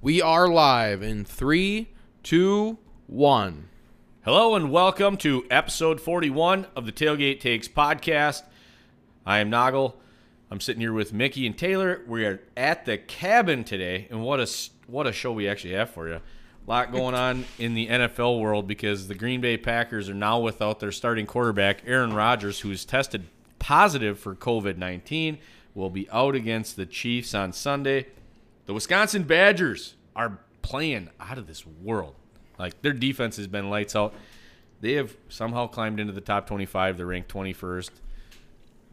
We are live in three, two, one. Hello and welcome to episode 41 of the Tailgate Takes podcast. I am Noggle. I'm sitting here with Mickey and Taylor. We are at the cabin today, and what a s- what a show we actually have for you. A lot going on in the NFL world because the Green Bay Packers are now without their starting quarterback Aaron Rodgers, who is tested positive for COVID-19, will be out against the Chiefs on Sunday. The Wisconsin Badgers are playing out of this world. Like their defense has been lights out. They have somehow climbed into the top 25. They're ranked 21st.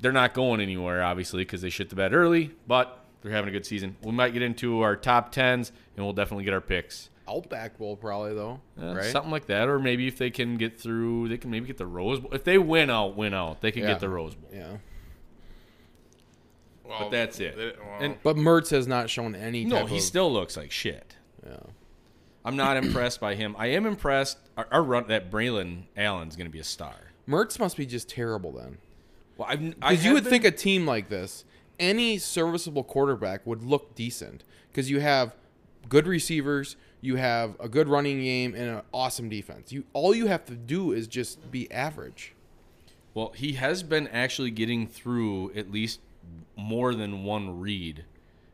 They're not going anywhere, obviously, because they shit the bed early, but they're having a good season. We might get into our top 10s, and we'll definitely get our picks. Outback Bowl, probably though, Uh, right? Something like that. Or maybe if they can get through, they can maybe get the Rose Bowl. If they win out, win out. They can Yeah. get the Rose Bowl. Yeah, Well, But that's it. they- well, And- but Mertz has not shown any. No, type he of- still looks like shit. Yeah. I'm not impressed by him. I am impressed. Our, our run that Braylon Allen's going to be a star. Mertz must be just terrible then, Well, I've, I because you have would been- think a team like this, any serviceable quarterback would look decent, because you have good receivers, you have a good running game, and an awesome defense. You all you have to do is just be average. Well, he has been actually getting through at least more than one read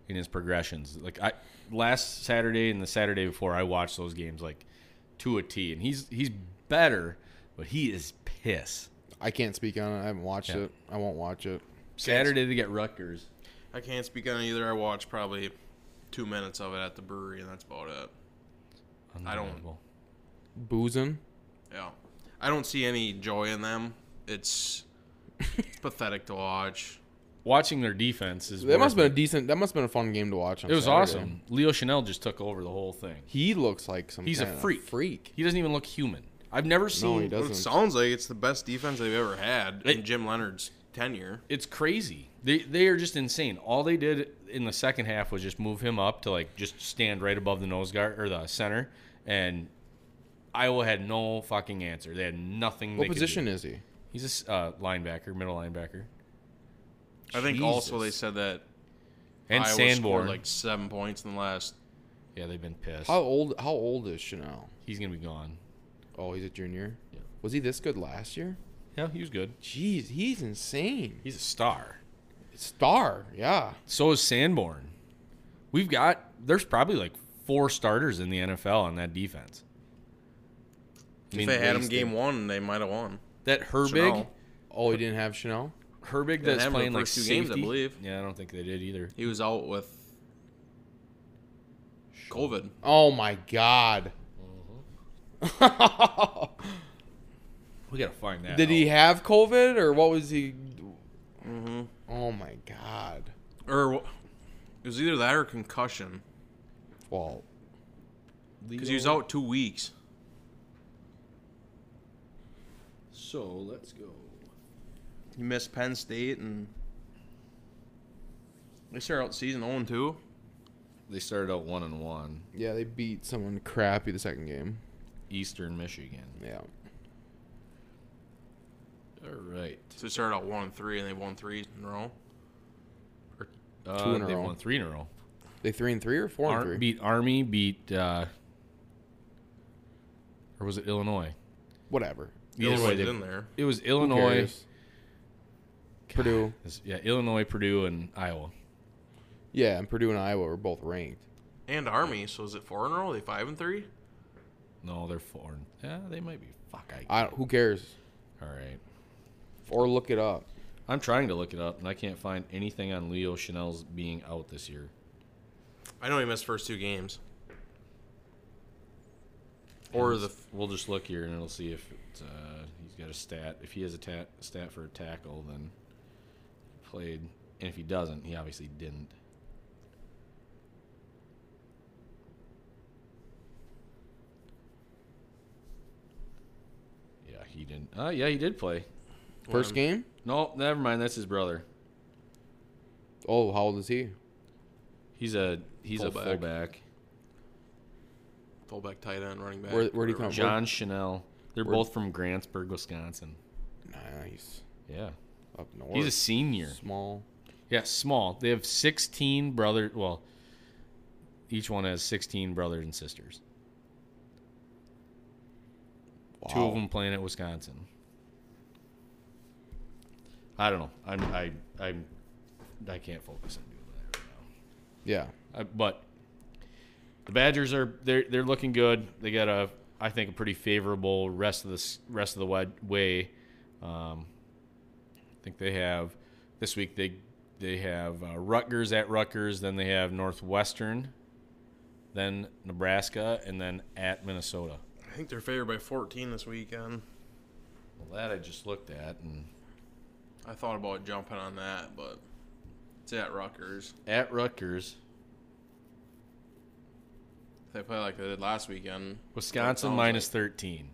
in his progressions. Like I last Saturday and the Saturday before, I watched those games like to a T, and he's he's better, but he is piss. I can't speak on it. I haven't watched Yeah. it. I won't watch it. Saturday they get Rutgers. I can't speak on it either. I watched probably two minutes of it at the brewery, and that's about it. I don't- Unbelievable. Boozing. Yeah, I don't see any joy in them. It's, it's pathetic to watch. watching their defense is That must have worth been a decent. That must have been a fun game to watch. On it. It was Saturday. awesome. Leo Chanel just took over the whole thing. He looks like some. He's a kind of freak. Freak. He doesn't even look human. I've never No, seen he But it doesn't. sounds like it's the best defense they've ever had in It- Jim Leonard's tenure. it's crazy. They they are just insane. All they did in the second half was just move him up to like just stand right above the nose guard or the center, and Iowa had no fucking answer. They had nothing. What they could do. position is he? He's a s- uh, linebacker, middle linebacker, I think also they Jesus. said that and Iowa Sanborn. scored like seven points in the last. yeah, they've been pissed. How old? How old is Chanel? He's gonna be gone. Oh, he's a junior. Yeah. Was he this good last year? Yeah, he was good. Jeez, he's insane. He's a star. Star. Yeah. So is Sanborn. We've got there's probably like four starters in the NFL on that defense. I mean, if they had him wasted. game one, they might have won. that Herbig. Chanel. Oh, he didn't have Chanel. Herbig They that's had him playing the like first two games, I safety? believe. Yeah, I don't think they did either. He was out with COVID. Oh my God. Mm-hmm. We gotta find that. Did he out. have COVID or what was he? Oh my God. Or wh- it was either that or concussion. Well, Because he was out two weeks. So let's go. He missed Penn State and they started out the season 0 2. They started out one and one, yeah, they beat someone crappy the second game. Eastern Michigan. Yeah. All right, So they started out 1 3 and they won three in a row. uh, Two in a they row. won three in a row. They three and three or four Ar- and three. beat Army, beat uh, or was it Illinois? Whatever. Either way, Illinois they- did in there. It was Who Illinois. cares? Purdue. It's- Yeah, Illinois, Purdue, and Iowa. Yeah, and Purdue and Iowa were both ranked. And Army. So is it 4 in a row? Are they 5 and 3? No, they're four. and- Yeah, they might be. Fuck, I. I don't, who cares? All right. Or look it up. I'm trying to look it up, and I can't find anything on Leo Chanel's being out this year. I know he missed first two games. Or the. f- We'll just look here and it'll see if it's, uh, he's got a stat. If he has a ta- stat for a tackle, then he played. And if he doesn't, he obviously didn't. Yeah, he didn't. Uh, yeah, he did play. First game? No, never mind. That's his brother. Oh, how old is he? He's a he's Fullback. a fullback. Fullback, tight end, running back. Where- where'd he come whatever. John Chanel. They're Word. both from Grantsburg, Wisconsin. Nice. Yeah, Up north. he's a senior. small. Yeah, small. They have 16 brother. Well, each one has 16 brothers and sisters. Two Wow. of them playing at Wisconsin. I don't know. I'm I I'm I can't focus on doing that right now. Yeah. Uh, but the Badgers are they're they're looking good. They got a I think a pretty favorable rest of the s- rest of the wed- way. Um, I think they have this week they they have uh, Rutgers at Rutgers, then they have Northwestern, then Nebraska, and then at Minnesota. I think they're favored by 14 this weekend. Well, that I just looked at and I thought about jumping on that, but it's at Rutgers. at Rutgers, If they play like they did last weekend. that Wisconsin sounds minus 13.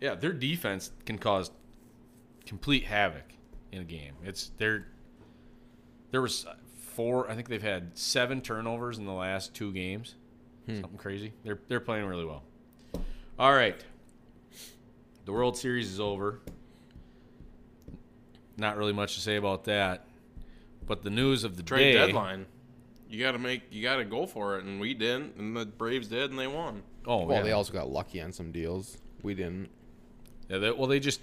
Yeah, their defense can cause complete havoc in a game. It's their there was four, I think they've had seven turnovers in the last two games. Hmm. Something crazy. They're they're playing really well. All right. The World Series is over. Not really much to say about that. But the news of the trade day deadline. You gotta make you gotta go for it, and we didn't, and the Braves did, and they won. Oh, Well, yeah. they also got lucky on some deals. We didn't. Yeah, they, well, they just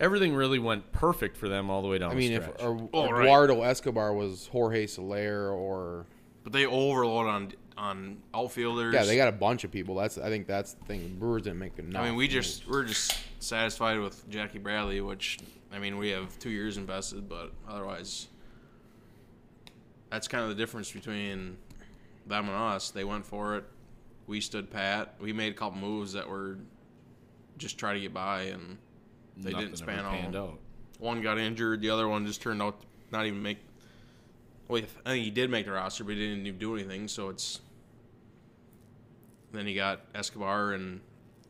everything really went perfect for them all the way down. I mean, the if stretch. or, Oh, right. Eduardo Escobar was Jorge Soler or But they overload on on outfielders. yeah, they got a bunch of people. That's I think that's the thing. The Brewers didn't make enough. I mean, we moves. just we're just satisfied with Jackie Bradley, which I mean we have two years invested, but otherwise, that's kind of the difference between them and us. They went for it. We stood pat. We made a couple moves that were just try to get by, and they Nothing didn't ever span panned out. out. One got injured. The other one just turned out to not even make. Well, I think he did make the roster, but he didn't even do anything. So it's. Then he got Escobar, and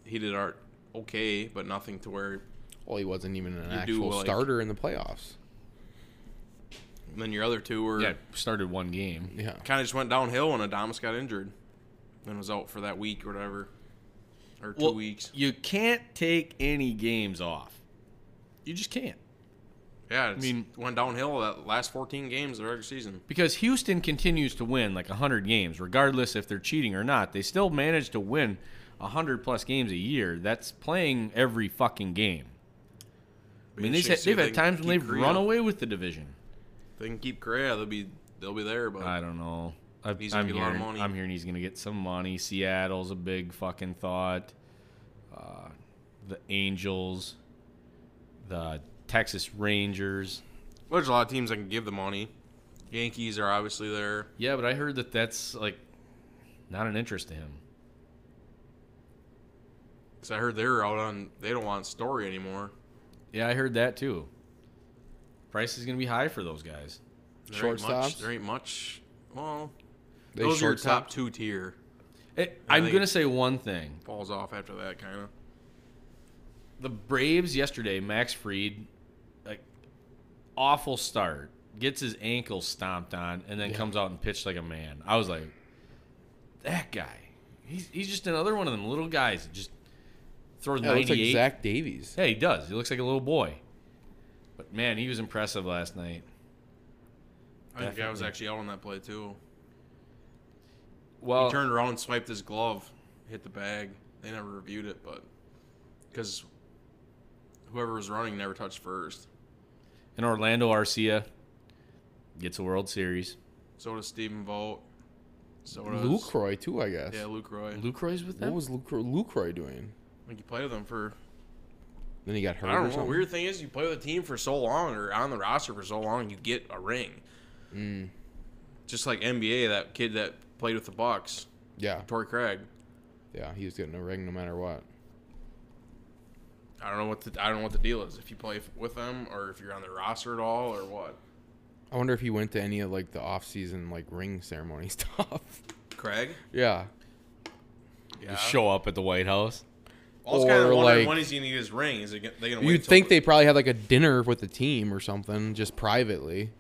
he did art okay, but nothing to where. well, he wasn't even an you do, actual like- starter in the playoffs. and then your other two were Yeah, started one game. Yeah, kind of just went downhill when Adamas got injured, and was out for that week or whatever, or two weeks. You can't take any games off. You just can't Yeah, it's, I mean mean- went downhill that last 14 games of the regular season. because Houston continues to win like hundred games, regardless if they're cheating or not. They still manage to win hundred plus games a year. That's playing every fucking game. I mean, they've, had- they've had times when they've run away with the division. They can keep Correa. They'll be they'll be there, but I don't know. I, He's I'm gonna get a lot hearing, of money. I'm hearing he's going to get some money. Seattle's a big fucking thought. Uh, the Angels, the Texas Rangers. Well, there's a lot of teams that can give the money. Yankees are obviously there. Yeah, but I heard that that's like not an interest to him. Because I heard they're out on, they don't want Story anymore. Yeah, I heard that too. Price is going to be high for those guys. There ain't much. Shortstops? There ain't much. Well, they those are your shortstopped. top two tier. It, I I'm think- going to say one thing. Falls off after that, kind of. the Braves yesterday, Max Fried, like awful start, gets his ankle stomped on, and then comes out and pitched like a man. I was like, that guy, he's he's just another one of them little guys that just throws Yeah, it looks like ninety eight. Zach Davies. yeah, he does. He looks like a little boy. But man, he was impressive last night. I think I was Definitely. actually out on that play, too. Well, he turned around and swiped his glove, hit the bag. They never reviewed it, but because whoever was running never touched first. and Orlando Arcia gets a World Series. So does Steven Vogt. So does Lucroy too, I guess. Yeah, Luke Roy. Lucroy's with what them. was Lucroy, Lucroy doing? I think he played with them for Then he got hurt. I or don't know. something. Weird thing is, you play with a team for so long or on the roster for so long, you get a ring. Hmm. Just like NBA, that kid that played with the Bucks, Yeah, Torrey Craig. yeah, he was getting a ring no matter what. I don't know what the I don't know what the deal is. If you play with them or if you're on their roster at all or what. I wonder if he went to any of like the off-season like ring ceremony stuff. Craig. yeah, Yeah. Just show up at the White House. I was kind Or, of wondering like- when he's gonna get his ring. Is it gonna- they gonna? You'd wait think till- they probably had like a dinner with the team or something, just privately.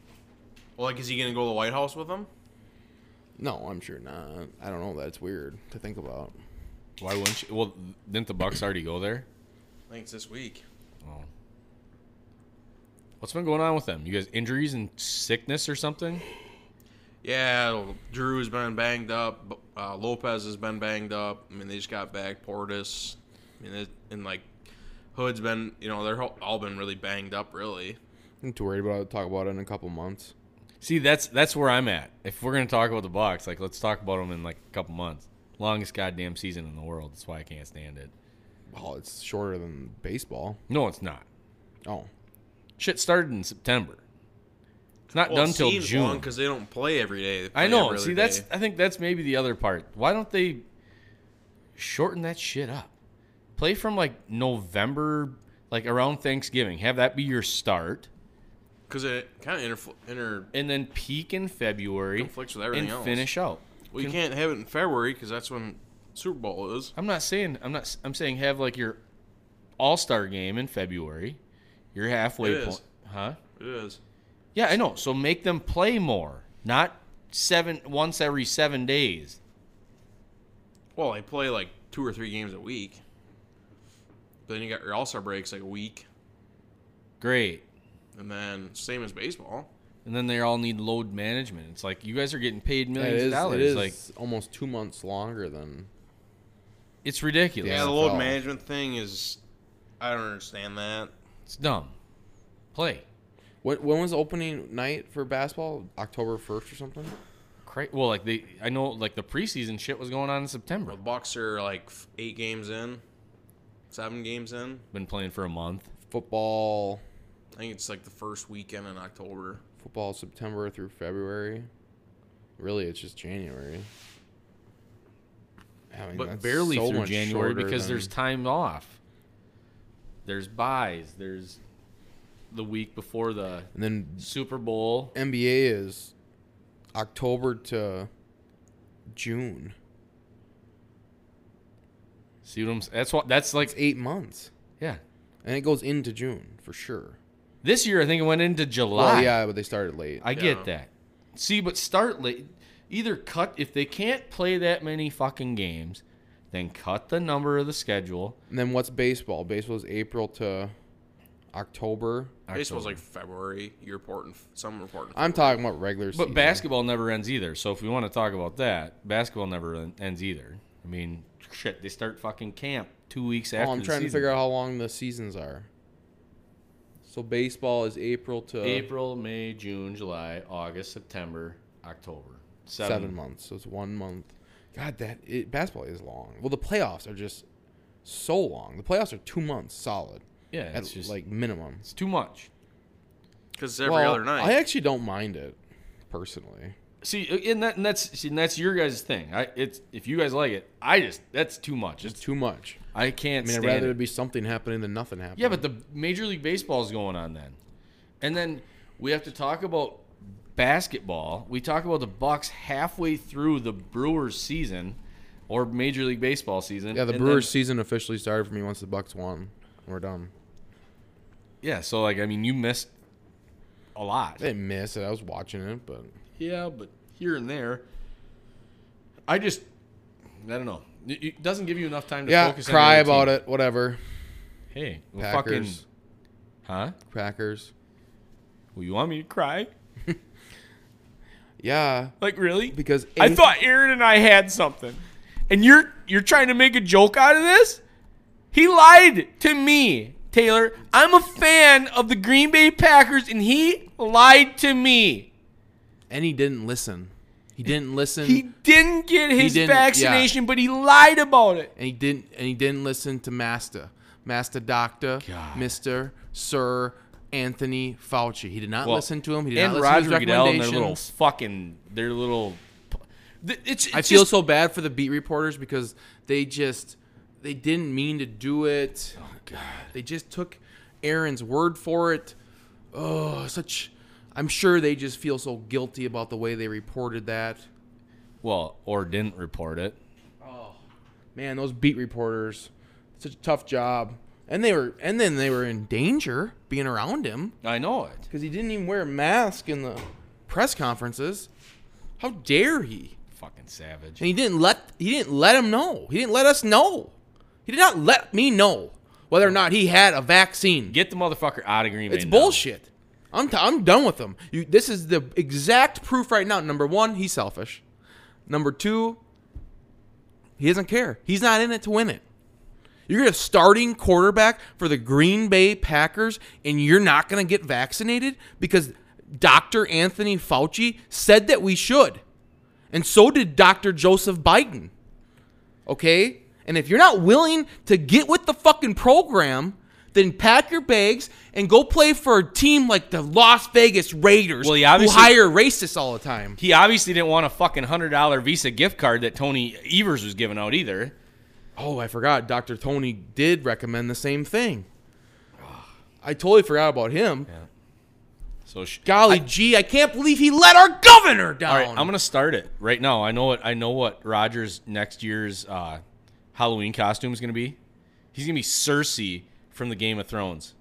Well, like, is he gonna go to the White House with them? No, I'm sure not. I don't know. That's weird to think about. Why wouldn't you? Well, didn't the Bucks already go there? I think it's this week. Oh. What's been going on with them? You guys injuries and sickness or something? yeah, Drew has been banged up. b- Uh, Lopez has been banged up. I mean, they just got back Portis. I mean, it, and like Hood's been, you know, they're ho- all been really banged up, really. I'm too worried about it. Talk about it in a couple months. See, that's that's where I'm at. If we're gonna talk about the Bucks, like let's talk about them in like a couple months. Longest goddamn season in the world. That's why I can't stand it. Well, it's shorter than baseball. No, it's not. Oh, Shit started in September. It's not done till June. because they don't play every day. They I play know. every other See, that's day. I think that's maybe the other part. Why don't they shorten that shit up? Play from like November, like around Thanksgiving. Have that be your start, because it kind of interfl- inter and then peak in February conflicts with everything and else. finish out. Well, you can't have it in February because that's when Super Bowl is. I'm not saying I'm not. I'm saying have like your All Star game in February. Your halfway It is. point, huh? It is. Yeah, I know. So make them play more, not seven once every seven days. Well, they play like two or three games a week. But then you got your All Star breaks like a week, Great. and then same as baseball. and then they all need load management. It's like you guys are getting paid it millions of is. dollars. It is Like almost two months longer than. it's ridiculous. Yeah, Yeah, the NFL. load management thing is, I don't understand that. It's dumb. Play. When, when was opening night for basketball? October first or something? Cra- Well, like they, I know, like the preseason shit was going on in September. The Bucks are like f- eight games in, seven games in. Been playing for a month. Football, I think it's like the first weekend in October. football September through February. Really, it's just January. I mean, but that's barely so through much January shorter because than- there's time off. There's buys. There's the week before the and then Super Bowl. NBA is October to June. See what I'm? s- That's what. That's It's like. eight months, Yeah. and it goes into June for sure. This year, I think it went into July. Well, yeah, but they started late. I Yeah. get that. See, but start late. Either cut if they can't play that many fucking games, then cut the number of the schedule. and then what's baseball? Baseball is April to October. Uh, Baseball's like October. February. You report in f- some report in I'm talking about regular season. but basketball never ends either. So if we want to talk about that, basketball never en- ends either. I mean, shit, they start fucking camp two weeks after. Oh, I'm the trying to season. figure out how long the seasons are. So baseball is April to April, May, June, July, August, September, October. Seven. seven. months. So it's one month. God, that it, basketball is long. Well, the playoffs are just so long. The playoffs are two months solid. Yeah, That's it's just like like minimum. it's too much. because every Well, other night. I actually don't mind it personally. See, uh, and, that, and that's see, and that's your guys' thing. I, it's if you guys like it, I just that's too much. It's It's too much. I can't I mean, I'd stand rather it. it be something happening than nothing happening. Yeah, but the Major League Baseball is going on then, and then we have to talk about basketball. We talk about the Bucks halfway through the Brewers season, or Major League Baseball season. yeah, the and Brewers season officially started for me once the Bucks won. We're done. then- yeah, so like I mean, you missed a lot. They didn't miss it. I was watching it, but Yeah, but here and there, I just I don't know. It, it doesn't give you enough time to yeah, focus. on the cry other about team. it. Whatever. Hey, well, fucking, Packers. huh? Packers. Well, you want me to cry? Yeah, Like really? because I thought Aaron and I had something, and you're you're trying to make a joke out of this. He lied to me, Taylor. I'm a fan of the Green Bay Packers, and he lied to me. and he didn't listen. He didn't listen. He didn't get his didn't- vaccination, but he lied about it. and he didn't and he didn't listen to Master, Master Doctor, God. Mister, Sir Anthony Fauci. He did not listen to him. He did and not Roger listen to his Goodell and their recommendations. little fucking their little. Th- It's, it's I feel so bad for the beat reporters because they just they didn't mean to do it. Oh God! They just took Aaron's word for it. Oh, such. I'm sure they just feel so guilty about the way they reported that. well, or didn't report it. Man, those beat reporters, such a tough job. And they were, and then they were in danger being around him I know it. because he didn't even wear a mask in the press conferences. How dare he? Fucking savage. And he didn't let he didn't let him know. He didn't let us know. He did not let me know whether or not he had a vaccine. Get the motherfucker out of Green Bay. it's now. bullshit. I'm, t- I'm done with him. You, this is the exact proof right now. Number one, he's selfish. Number two, he doesn't care. He's not in it to win it. You're a starting quarterback for the Green Bay Packers, and you're not going to get vaccinated because Dr. Anthony Fauci said that we should. And so did Dr. Joseph Biden. Okay? And if you're not willing to get with the fucking program, then pack your bags and go play for a team like the Las Vegas Raiders Well, he who obviously- hire racists all the time. He obviously didn't want a fucking hundred dollar Visa gift card that Tony Evers was giving out either. Oh, I forgot. Dr. Tony did recommend the same thing. I totally forgot about him. So sh- Golly gee, I can't believe he let our governor down. All right, I'm gonna start it right now. I know what I know what Rogers next year's uh, Halloween costume is gonna be. He's gonna be Cersei from the Game of Thrones.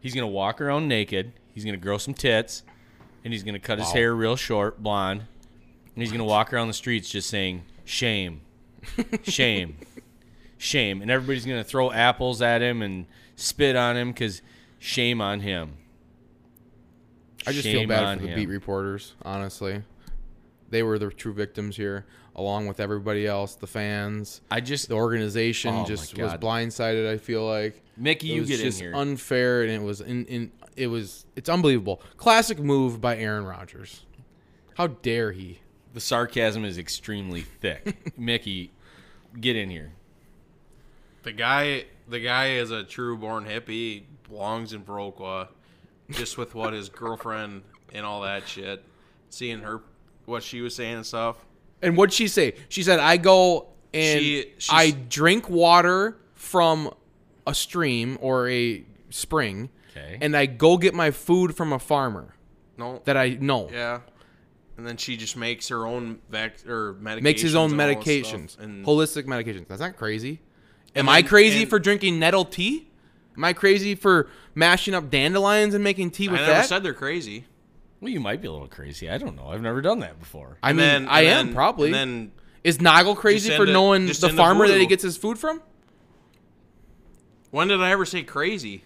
He's gonna walk around naked. He's gonna grow some tits, and he's gonna cut his hair real short, blonde. And he's gonna walk around the streets just saying shame, shame, shame, and everybody's gonna throw apples at him and spit on him because shame on him. I just feel Shame bad on for the him. beat reporters, honestly. They were the true victims here, along with everybody else, the fans. I just The organization Oh my just was God. blindsided, I feel like. Mickey, It you was get in just here. unfair and it was in, in it was it's unbelievable. Classic move by Aaron Rodgers. How dare he? The sarcasm is extremely thick. Mickey, get in here. The guy, the guy is a true born hippie. Belongs in Viroqua, just with what his girlfriend and all that shit. Seeing her, what she was saying and stuff. And what'd she say? She said, I go and She- she's- I drink water from a stream or a spring, Okay. and I go get my food from a farmer No, that I know. yeah. And then she just makes her own vac or medications. Makes his own and all that medications, stuff, and holistic medications. That's not crazy. Am And I then- crazy and- for drinking nettle tea? Am I crazy for mashing up dandelions and making tea I with never that? said they're crazy. Well, you might be a little crazy. I don't know. I've never done that before. I mean, then, I and am then- probably. And then Is Noggle crazy Just for into- knowing just the into farmer that he voodoo. gets his food from? when did I ever say crazy?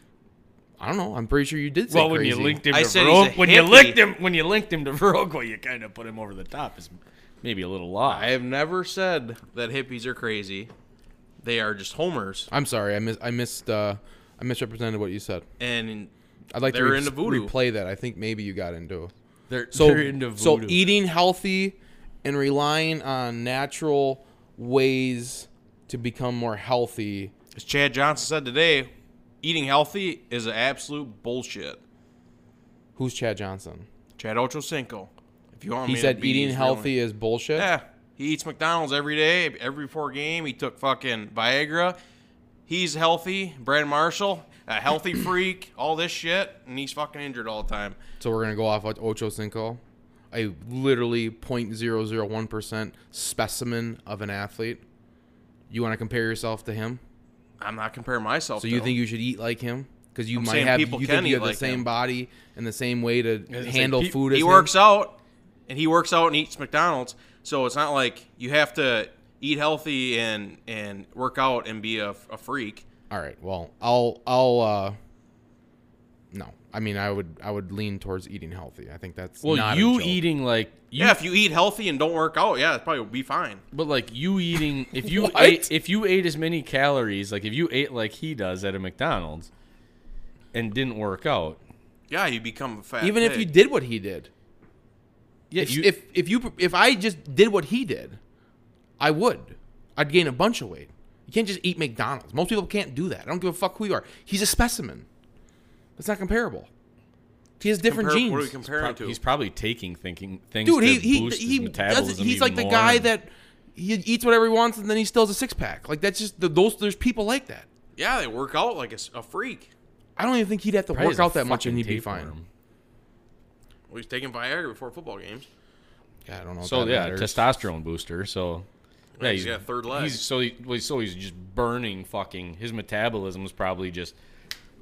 I don't know. I'm pretty sure you did say well, when crazy. you linked him I to said he's a Vero- when you hippie. linked him when you linked him to Viroqua, you kind of put him over the top. Is maybe a little I lie. have never said that hippies are crazy. They are just homers, I'm sorry. I mis- I missed. Uh, I misrepresented what you said. and I'd like They're to re- into voodoo. replay that. I think maybe you got into. They're, So they're into so voodoo. eating healthy and relying on natural ways to become more healthy. as Chad Johnson said today, eating healthy is an absolute bullshit. Who's Chad Johnson? Chad Ochocinco. If you want He me to said be, eating he's healthy really- is bullshit. Yeah, he eats McDonald's every day, every before game. He took fucking Viagra. He's healthy. Brad Marshall, a healthy freak. All this shit, and he's fucking injured all the time. So we're gonna go off of Ocho Cinco, a literally 0.001 percent specimen of an athlete. You want to compare yourself to him? I'm not comparing myself. So to you him. think you should eat like him? Because you I'm might saying have you people think can you eat have the like same him. body and the same way to it's like handle pe- food. As he him. works out and he works out and eats McDonald's. So it's not like you have to eat healthy and and work out and be a, a freak. All right. Well, I'll I'll uh no. I mean, I would I would lean towards eating healthy. I think that's well, not a you joke. eating like you, yeah, if you eat healthy and don't work out, yeah, it probably will be fine. but like you eating if you What? ate if you ate as many calories like if you ate like he does at a McDonald's and didn't work out. Yeah, you become a fat. even if you pig. did what he did. Yeah, If you- if if you if I just did what he did, I would. I'd gain a bunch of weight. You can't just eat McDonald's. Most people can't do that. I don't give a fuck who you are. He's a specimen. That's not comparable. He has different Compare- genes. What are we comparing Prob- to? He's probably taking thinking things. dude. to He he boost he his does. metabolism He's even like the more guy and- that he eats whatever he wants and then he still has a six pack. Like that's just the, those. There's people like that. yeah, they work out like a, s- a freak. I don't even think he'd have to probably work has a out that much and fucking he'd be tapeworm. fine. Well, he's taking Viagra before football games. Yeah, I don't know. if So that yeah, matters. testosterone booster. So yeah, he's got a third leg. He's, so he, well, so he's just burning fucking. His metabolism is probably just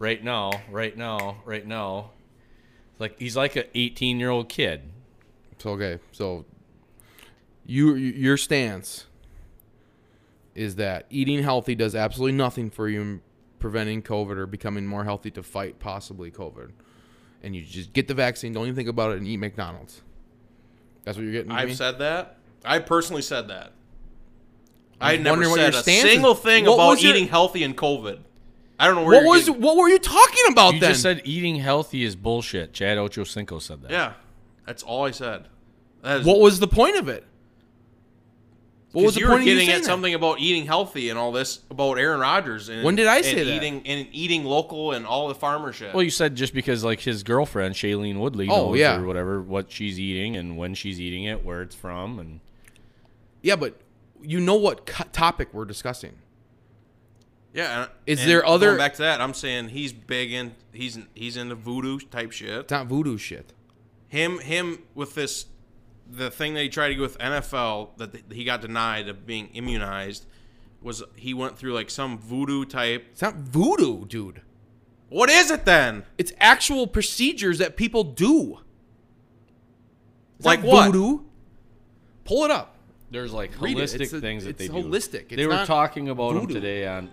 right now, right now, right now. Like he's like a 18 year old kid. So, okay, so you your stance is that eating healthy does absolutely nothing for you in preventing COVID or becoming more healthy to fight possibly COVID. and you just get the vaccine, don't even think about it, and eat McDonald's. That's what you're getting. I've me? said that. I personally said that. I I, was never wondering what said your a stance is. single thing What about was your- eating healthy and COVID. I don't know where. What you're was getting- what were you talking about You then? just said eating healthy is bullshit. Chad Ochocinco said that. Yeah, that's all I said. That is, what was the point of it? What 'cause was the you point were of you getting saying at that? something about eating healthy and all this about Aaron Rodgers and When did I and say that? eating and eating local and all the farmer shit. Well, you said just because like his girlfriend Shailene Woodley Oh, knows yeah. or whatever what she's eating and when she's eating it, where it's from, and Yeah, but you know what co- topic we're discussing. yeah. and- Is and there other- going back to that? I'm saying he's big in he's he's into voodoo type shit. It's not voodoo shit. him him with this the thing that he tried to do with NFL that th- he got denied of being immunized was he went through like some voodoo type It's not voodoo, dude. what is it then It's actual procedures that people do. It's Like not what? Voodoo. Pull it up. there's like Read it. holistic It's a- things that it's they do. holistic. It's they were not talking about them voodoo. today on.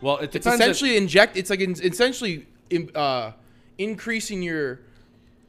Well, it It's depends. if- essentially inject. It's like in, essentially im- uh, increasing your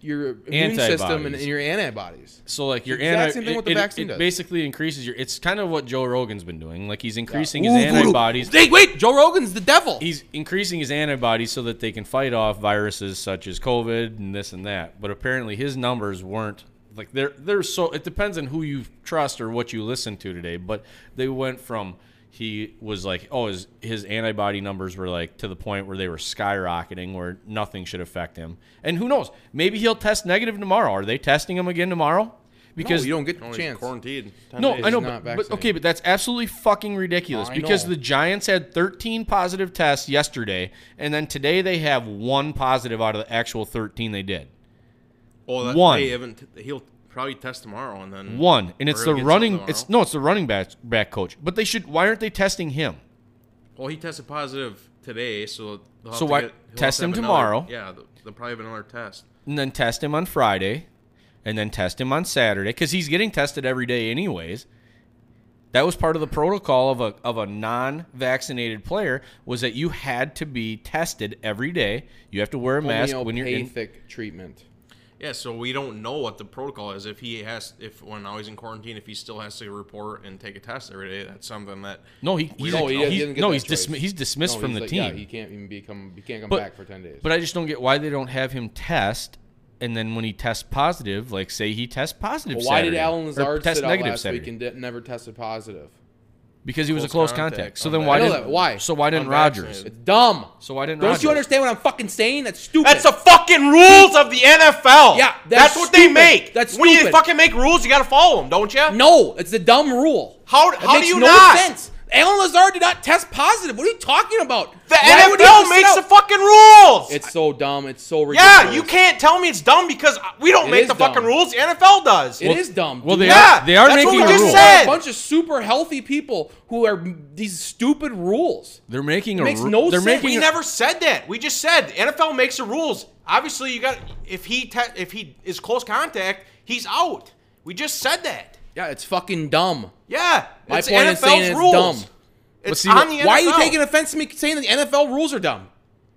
your immune system and, Antibodies. and your antibodies. so like your the exact anti- same thing it- what the it- vaccine it does. basically increases your. It's kind of what Joe Rogan's been doing. Like he's increasing Ooh, his voodoo. antibodies. Hey, wait, Joe Rogan's the devil. he's increasing his antibodies so that they can fight off viruses such as COVID and this and that. But apparently, his numbers weren't like they're they're so. It depends on who you trust or what you listen to today. But they went from he was like, oh, his his antibody numbers were like to the point where they were skyrocketing, where nothing should affect him. And who knows? Maybe he'll test negative tomorrow. Are they testing him again tomorrow? because Because Oh, you don't get No, the Oh, he's chance. quarantined 10 no, days. I know, not but, but vaccinated. okay, but that's absolutely fucking ridiculous I because know. the Giants had 13 positive tests yesterday, and then today they have one positive out of the actual 13 they did. well that, one. they haven't he'll probably test tomorrow and then One, and Hmm. Or it's he'll the get running. something It's tomorrow. no, it's the running back back coach. But they should. Why aren't they testing him? well he tested positive today so they'll have So to why- get- he'll have test to him have another- tomorrow. yeah they'll, they'll probably have another test and then test him on Friday, and then test him on Saturday because he's getting tested every day anyways. That was part of the protocol of a of a non-vaccinated player was that you had to be tested every day. You have to wear a mask when you're in. Homeopathic treatment. yeah so we don't know what the protocol is if he has if when now he's in quarantine if he still has to report and take a test every day that's something that No, he, he's, don't- he he's- didn't get no, that he's choice. dismi- he's dismissed No, from he's the like, team. Yeah, he can't even become. He can't come But- back for ten days. But I just don't get why they don't have him test, and then when he tests positive, like say he tests positive. Well, why did Saturday, Alan or Lazard test sit out negative last Saturday? week and di- never tested positive? Because he was a Close close contact. contact. So then Unvac- why I know didn't that. Why? So why didn't Unvaccinated. Rogers? It's dumb. So why didn't Don't Rodgers? you understand what I'm fucking saying? That's stupid. That's the fucking rules of the NFL. Yeah, that's that's, what they stupid. make. That's when you stupid. fucking make rules, you gotta follow them, don't you? no. It's a dumb rule. How- It how do makes you no not? Sense. Alan Lazard did not test positive. What are you talking about? The Why would he have to NFL sit makes out? the fucking rules. It's so dumb. It's so ridiculous. yeah, you can't tell me it's dumb because we don't It make is the fucking dumb. rules. The NFL does. It is dumb. Well, dude. they Yeah, are they are that's what making we a just rule. said. a bunch of super healthy people who are these stupid rules. They're making a makes ru- no they're sense. Making we a- never said that. We just said the NFL makes the rules. Obviously, you got if he te- if he is close contact, he's out. We just said that. Yeah, it's fucking dumb. Yeah, My it's point NFL's is saying it's rules. dumb. It's see, on wh- the NFL. Why are you taking offense to me saying the NFL rules are dumb?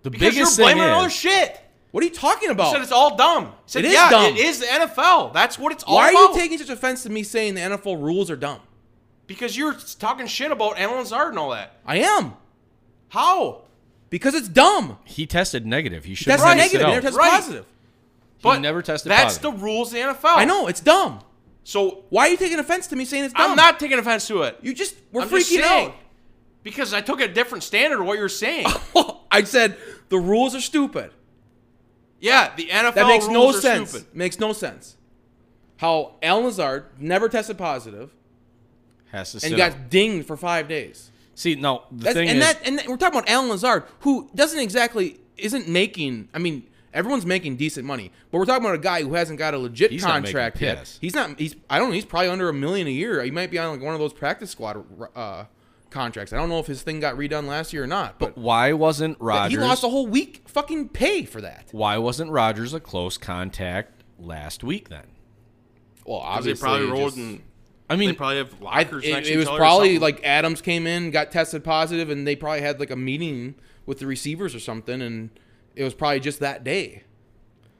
the Because you're biggest thing blaming other is- shit. What are you talking He about? said it's all dumb. He said, Oh. It is yeah, dumb. It is the NFL. That's what it's all Why are about. you taking such offense to me saying the NFL rules are dumb? Because you're talking shit about Alan Lazard and all that. I am How? because it's dumb. he tested negative. He should That's have right. tested negative. out. They never tested Right. positive. he never tested That's positive. the rules of the NFL. I know it's dumb. So Why are you taking offense to me saying it's dumb? I'm not taking offense to it. You just we're I'm just freaking saying, because I took a different standard of what you're saying. out. I said the rules are stupid. yeah, the NFL That makes no rules are sense. stupid. Makes no sense. How Alan Lazard never tested positive has to sit and out. got dinged for five days. See, no, the That's, thing and is, that and that- we're talking about Alan Lazard, who doesn't exactly isn't making. I mean, everyone's making decent money, but we're talking about a guy who hasn't got a legit He's not making contract yet. piss. He's not. He's. I don't know. He's probably under a million a year. He might be on like one of those practice squad uh, contracts. I don't know if his thing got redone last year or not, but why wasn't Rodgers? he lost a whole week fucking pay for that. why wasn't Rodgers a close contact last week? Then Well, Because they obviously, probably just- rolled and I they mean, probably have I, lockers next it, to it each was other or probably something. like Adams came in, got tested positive, and they probably had like a meeting with the receivers or something, and it was probably just that day.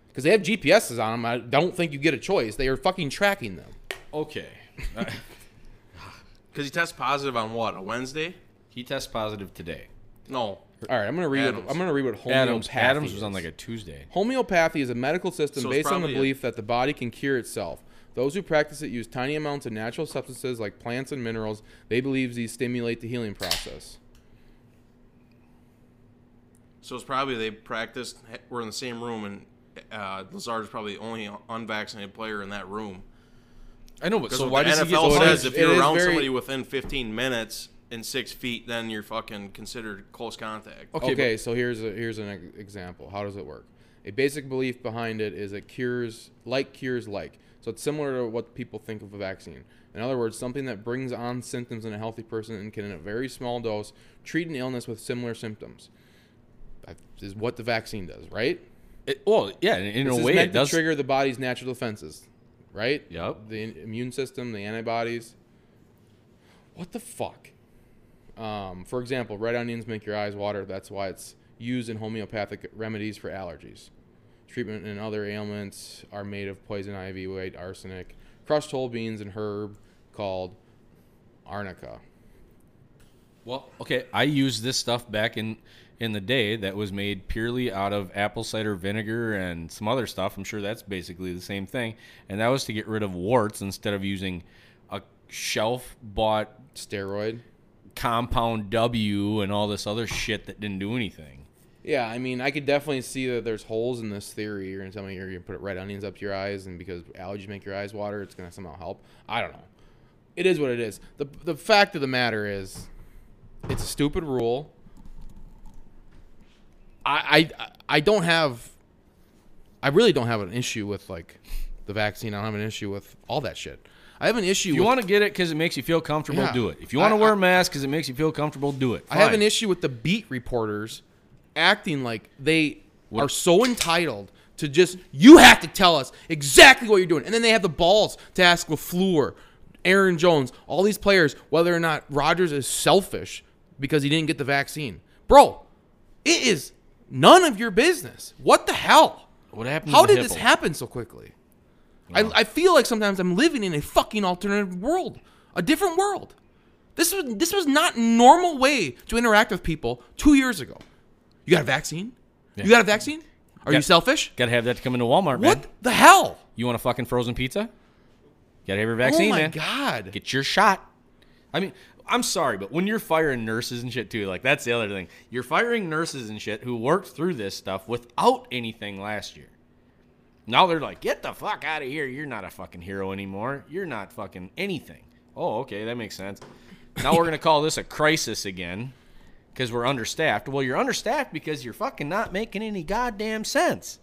because they have GPSs on them. I don't think you get a choice. They are fucking tracking them. Okay. Because he tests positive on what? A Wednesday? he tests positive today. No. All right, I'm gonna read. What, Adams. I'm gonna read what homeopathy. Adams Adams was on is. like a Tuesday. Homeopathy is a medical system So it's based on the probably a- belief that the body can cure itself. Those who practice it use tiny amounts of natural substances like plants and minerals. They believe these stimulate the healing process. So it's probably they practiced. We're in the same room, and uh, Lazard is probably the only unvaccinated player in that room. I know, but Because so so why the does he get NFL so it says is- if it you're is around very- somebody within 15 minutes and six feet, then you're fucking considered close contact. Okay, Okay, so here's a, here's an ex- example. How does it work? A basic belief behind it is it cures like cures like. So it's similar to what people think of a vaccine. In other words, something that brings on symptoms in a healthy person and can, in a very small dose, treat an illness with similar symptoms. That is what the vaccine does, right? It, well, yeah, in, in This a is way meant it to does. trigger the body's natural defenses, right? Yep. The in- immune system, the antibodies. What the fuck? Um, for example, red onions make your eyes water. That's why it's used in homeopathic remedies for allergies. Treatment and other ailments are made of poison ivy, white arsenic, crushed whole beans, and herb called arnica. Well, okay, I used this stuff back in in the day that was made purely out of apple cider vinegar and some other stuff. I'm sure that's basically the same thing, and that was to get rid of warts instead of using a shelf bought Steroid. compound W and all this other shit that didn't do anything. Yeah, I mean, I could definitely see that there's holes in this theory. You're gonna tell me you're gonna put red onions up your eyes, and because allergies make your eyes water, it's gonna somehow help. I don't know. It is what it is. the The fact of the matter is, it's a stupid rule. I I I don't have. I really don't have an issue with like the vaccine. I don't have an issue with all that shit. I have an issue. If with you want to get it because it makes you feel comfortable, Yeah. do it. If you want to I- wear I- a mask because it makes you feel comfortable, do it. I have Fine. an issue with the beat reporters acting like they are so entitled to just you have to tell us exactly what you're doing, and then they have the balls to ask Lafleur, Aaron Jones, all these players whether or not Rodgers is selfish because he didn't get the vaccine, bro. It is none of your business. What the hell? What happened? to How the did this hippo? happen so quickly? I, I feel like sometimes I'm living in a fucking alternative world, a different world. This was this was not normal way to interact with people two years ago. You got a vaccine? You got a vaccine? Are Yeah. you selfish? Gotta have that to come into Walmart, man. What the hell? You want a fucking frozen pizza? Gotta have your vaccine, oh my man. god! Get your shot. I mean, I'm sorry, but when you're firing nurses and shit too, like that's the other thing. You're firing nurses and shit who worked through this stuff without anything last year. Now they're like, get the fuck out of here. You're not a fucking hero anymore. You're not fucking anything. Oh, okay, that makes sense. Now we're gonna call this a crisis again because we're understaffed. Well, you're understaffed because you're fucking not making any goddamn sense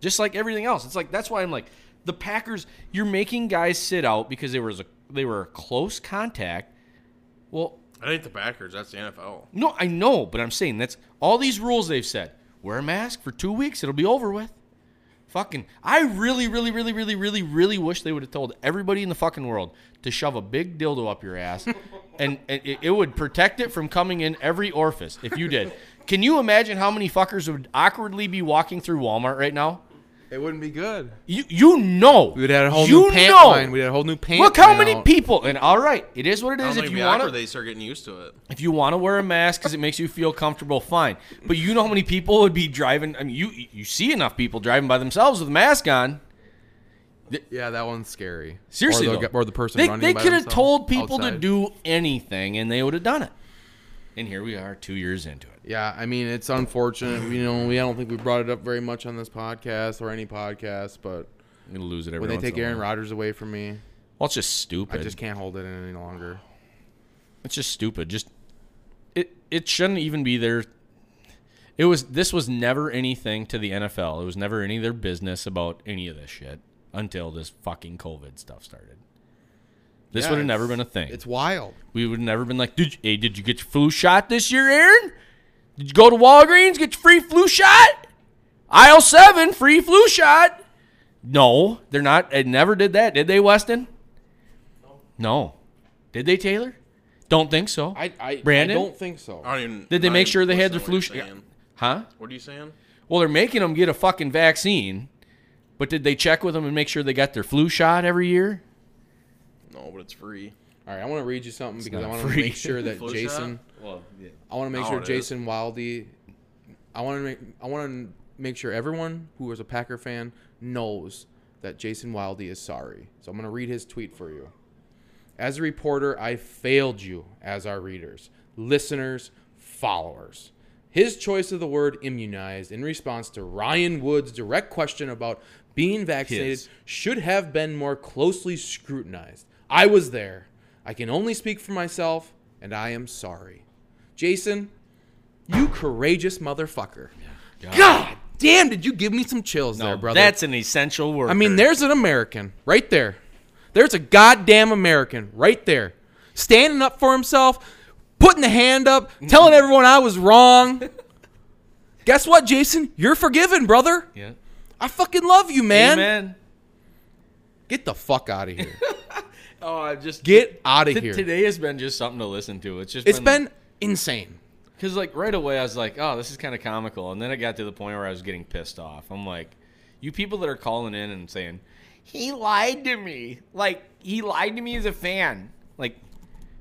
just like everything else. It's like that's why I'm like the Packers. You're making guys sit out because they were a, they were a close contact. Well, I think the backers. That's the NFL. no, I know, but I'm saying that's all these rules they've said. Wear a mask for two weeks. It'll be over with. Fucking, I really, really, really, really, really, really wish they would have told everybody in the fucking world to shove a big dildo up your ass, and, and it, it would protect it from coming in every orifice. If you did, can you imagine how many fuckers would awkwardly be walking through Walmart right now? It wouldn't be good. You you know. We'd have a whole you new pant know. line. We'd have a whole new pant. Look how line many out. people. And all right, it is what it I don't is. If think it'd be you awkward. want to, They start getting used to it. if you want to wear a mask because it makes you feel comfortable, fine. But you know how many people would be driving. I mean, you you see enough people driving by themselves with a mask on. Yeah, that one's scary. Seriously, or the, though. or the person they, running. they by could have themselves told people to outside. do anything, and they would have done it. And here we are, two years into it. Yeah, I mean it's unfortunate. You know, we I don't think we brought it up very much on this podcast or any podcast, but I'm gonna lose it every when they once in take a Aaron while. Rodgers away from me, Well, it's just stupid. I just can't hold it in any longer. It's just stupid. Just it it shouldn't even be there. It was this was never anything to the NFL. It was never any of their business about any of this shit until this fucking COVID stuff started. This Yeah, would have it's- never been a thing. It's wild. we would have never been like, did you, hey, did you get your flu shot this year, Aaron? Did you go to Walgreens get your free flu shot? Aisle seven, free flu shot. No, they're not. They never did that, did they, Weston? No. Did they, Taylor? Don't think so. I I, Brandon? I don't think so. I don't even. Did they not make even sure they had listening their to flu What, you're sh- saying. huh? what are you saying? Well, they're making them get a fucking vaccine But did they check with them and make sure they got their flu shot every year? No, but it's free. All right, I want to read you something because I not want free. to make sure that Flu shot? Jason. Well, yeah. I want to make Now sure it is. Jason Wildy. I want to make. I want to make sure everyone who is a Packer fan knows that Jason Wildy is sorry. So I'm going to read his tweet for you. As a reporter, I failed you as our readers, listeners, followers. His choice of the word immunized in response to Ryan Wood's direct question about being vaccinated His. should have been more closely scrutinized. I was there. I can only speak for myself, and I am sorry. Jason, you courageous motherfucker. God, damn, did you give me some chills there, brother? That's an essential worker. I mean, there's an American right there. There's a goddamn American right there, standing up for himself, putting the hand up, telling everyone I was wrong. Guess what, Jason? You're forgiven, brother. Yeah. I fucking love you, man. Amen. Get the fuck out of here. Oh, I just Get out of T- here. Today has been just something to listen to. It's just It's been insane. because like right away I was like, oh, this is kind of comical, and then it got to the point where I was getting pissed off. I'm like, you people that are calling in and saying he lied to me, like he lied to me as a fan, like.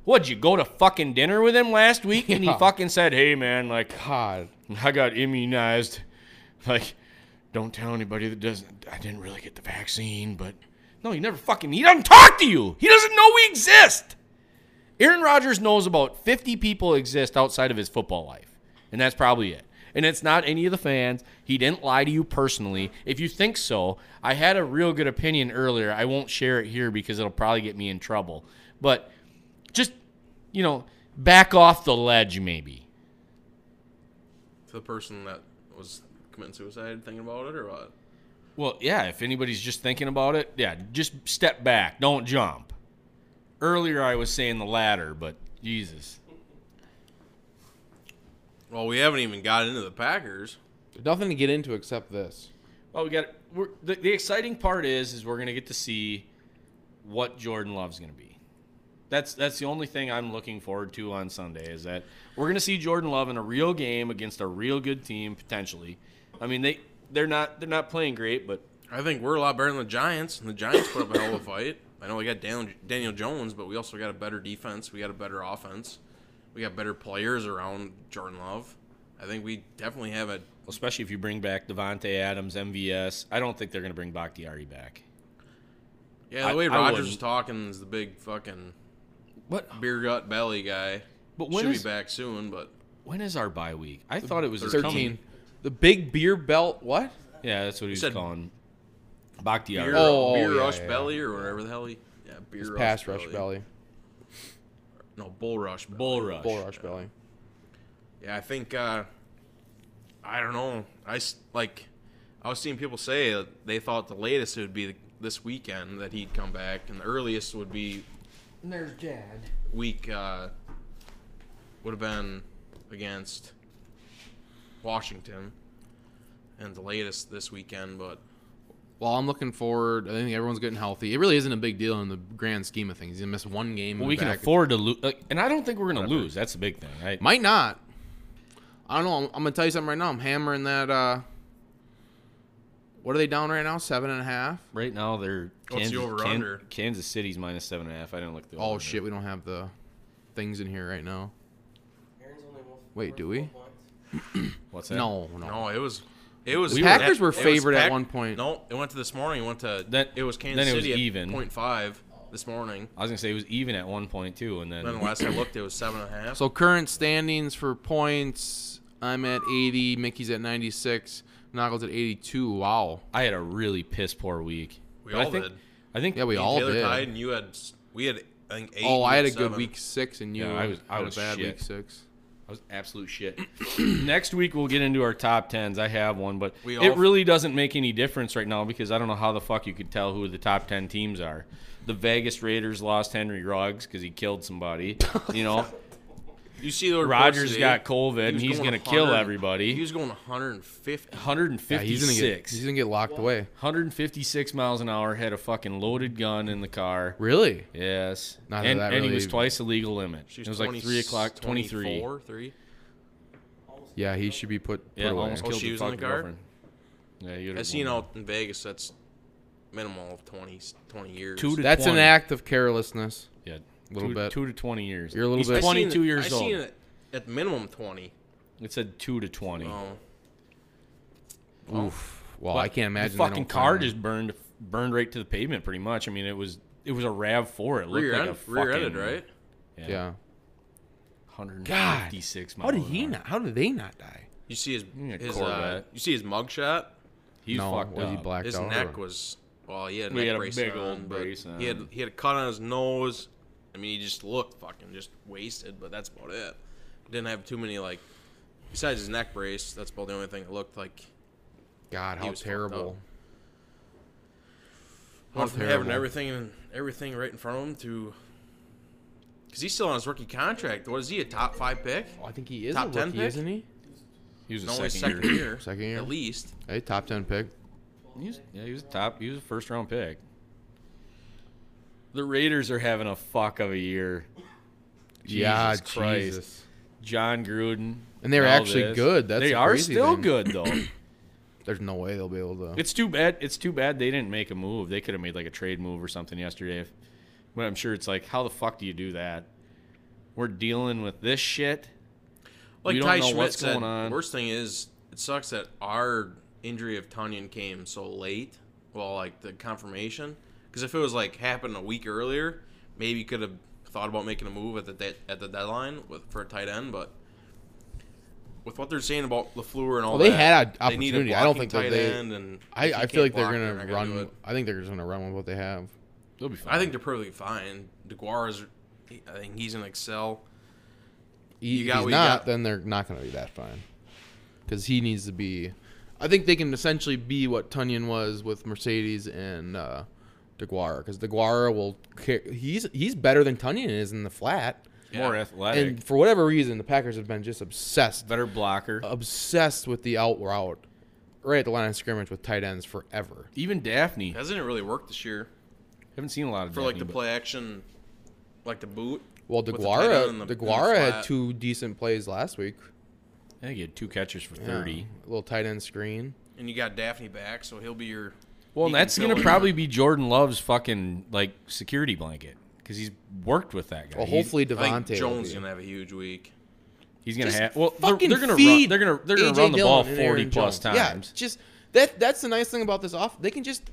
What'd you go to fucking dinner with him last week? And Yeah. he fucking said, "Hey man, like God. I got immunized. Like, don't tell anybody that doesn't. I didn't really get the vaccine, but no, he never fucking. He doesn't talk to you. He doesn't know we exist. Aaron Rodgers knows about 50 people exist outside of his football life, and that's probably it. And it's not any of the fans. He didn't lie to you personally. If you think so, I had a real good opinion earlier. I won't share it here because it'll probably get me in trouble. But just, you know, back off the ledge, maybe. To the person that was committing suicide, thinking about it or what? Well, yeah, if anybody's just thinking about it, yeah, just step back. Don't jump. Earlier I was saying the ladder, but Jesus. Well, we haven't even got into the Packers. Nothing to get into except this. Well, Oh, we got we're, the, the exciting part is is we're going to get to see what Jordan Love's going to be. That's that's the only thing I'm looking forward to on Sunday is that we're going to see Jordan Love in a real game against a real good team potentially. I mean, they they're not they're not playing great, but I think we're a lot better than the Giants, and the Giants put up a hell of a fight. I know we got Daniel, Daniel Jones, but we also got a better defense. We got a better offense. We got better players around Jordan Love. I think we definitely have a. especially if you bring back Devonte Adams, MVS, I don't think they're going to bring Bakhtiari back. Yeah, I- the way I Rogers is wouldn't. talking is the big fucking What beer gut belly guy. But when should is- be back soon. But When is our bye week? I thought it was 13. coming. The big beer belt. What? Yeah, that's what he was said- calling. Bakhtiari. beer, Oh, beer yeah, rush yeah. belly or whatever the hell he. Yeah, beer rush Pass rush belly. No bull rush belly. Bull rush. Bull rush belly. Yeah, I think uh, I don't know. I s- like I was seeing people say that they thought the latest it would be this weekend that he'd come back, and the earliest would be There's Dad. week uh, would have been against Washington, and the latest this weekend. But Well, I'm looking forward. I think everyone's getting healthy. It really isn't a big deal in the grand scheme of things. You miss one game. Well, in we the can back. afford to lose, and I don't think we're going to lose. That's the big thing, right? Might not. I don't know. I'm, I'm gonna tell you something right now. I'm hammering that. uh What are they down right now? Seven and a half. Right now they're What's Kansas, the over Kan- under? Kansas City's minus seven and a half. I didn't look the. Oh over. shit, we don't have the things in here right now. Aaron's only wolf- Wait, worth do we? four points. What's that? No, no. no, it was it was The Packers were it was favored at one point. No, it went to this morning. It went to That- it was then Kansas it was City at even. point five this morning. I was going to say it was even at one point too, and then Then last I looked, it was seven and a half. So current standings for points. I'm at 80. Mickey's at 96. Noggle's at 82. Wow. I had a really piss poor week. We But I all think, did. I think. Yeah, we all Taylor did. tied, and you had s- we had I think eight. Oh, you I had a good seven. week six, and you Yeah, I was- I had was a bad shit. week six. I was absolute shit. Next week we'll get into our top tens. I have one, but We it all- really doesn't make any difference right now because I don't know how the fuck you could tell who the top ten teams are. The Vegas Raiders lost Henry Ruggs because he killed somebody. You know, You see the reports Rogers today, got COVID he and was he's going gonna kill 100 everybody. He was going 150. 156. Yeah, he's gonna get he's gonna get locked away. 156 miles an hour. Had a fucking loaded gun in the car. Really? Yes, Not that and, that and he really- was twice the legal limit. She's it was like 20 three o'clock, 23. 24, three. Yeah, he should be put, put Yeah, away. almost Oh, killed she the was in the fucking car? girlfriend. Yeah, you I seen out in Vegas. That's minimal of 20, 20 years. Two to That's 20. an act of carelessness. Yeah, Little two, bit. Two to twenty years. You're a little He's bit- I seen Twenty-two years I old. seen it at minimum twenty. It said two to twenty. Oh, Oof. Well, I But can't imagine. they The fucking don't car find them. just burned burned right to the pavement, pretty much. I mean, it was it was a Rav Four. It looked rear like end, a fucking rear ended, right? Yeah. Yeah. 156 How did miles an he hour. not? How did they not die? You see his Yeah, his uh, Corvette. you see his mugshot. He's no, fucked was up. he blacked His out? neck or- was well, he had a We neck had a brace big on, old but brace He had on. he had a cut on his nose. I mean, he just looked fucking just wasted, but that's about it. Didn't have too many like. Besides his neck brace, that's about the only thing that looked like. God, he how was fucked terrible. up. Went from having terrible. everything and everything right in front of him to. Because he's still on his rookie contract. What is he? A top five pick? Oh, I think he is Top a 10 rookie, pick? isn't he? He was a No, only second, second year. year. Second year. At least. Hey, top ten pick. He was, yeah, he was top. He was a first round pick. The Raiders are having a fuck of a year. yeah, Jesus Christ. Jesus. John Gruden. And they were all actually good. That's they the are crazy still thing. good though. There's no way they'll be able to. It's too bad. It's too bad they didn't make a move. They could have made like a trade move or something yesterday. If, but I'm sure it's like, how the fuck do you do that? We're dealing with this shit. Like We don't Ty know Schmidt what's said, going on. worst thing is it sucks that our injury of Tanyan came so late. Well, like the confirmation, because if it was like happened a week earlier, maybe you could have thought about making a move at the de- at the deadline with for a tight end. But with what they're saying about Lafleur and all, Well, they that, had a they need opportunity. I don't blocking think that tight they- end, and I, if you I feel can't like they're block, gonna not run. do it. I think they're just gonna run with what they have. They'll be fine. I think they're perfectly fine. DeGuara's, I think he's gonna excel. He- You if got he's what you not, got. then they're not going to be that fine. Because he needs to be. I think they can essentially be what Tunyon was with Mercedes and uh, DeGuara. Because DeGuara will. ca- He's he's better than Tunyon is in the flat. more Yeah. athletic, And for whatever reason, the Packers have been just obsessed, better blocker. Uh, obsessed with the out route, right at the line of scrimmage with tight ends forever. Even Daphne. Hasn't it really worked this year? haven't seen a lot of for Daphne, like the but play action, like the boot. Well, with the tight end DeGuara and the- and the DeGuara had flat. two decent plays last week. I think he had two catches for Yeah. thirty. A little tight end screen. and you got Daphne back, so he'll be your. Well, and he can that's fill gonna in. probably be Jordan Love's fucking like security blanket because he's worked with that guy. Well, He's- hopefully I think Devontae. will Jones be. is gonna have a huge week. he's, gonna Just have. Well, they're, fucking they're gonna run. feed They're gonna they're gonna AJ run the ball Dillon and Aaron forty plus Jones. times. Yeah, just that. That's the nice thing about this off. They can just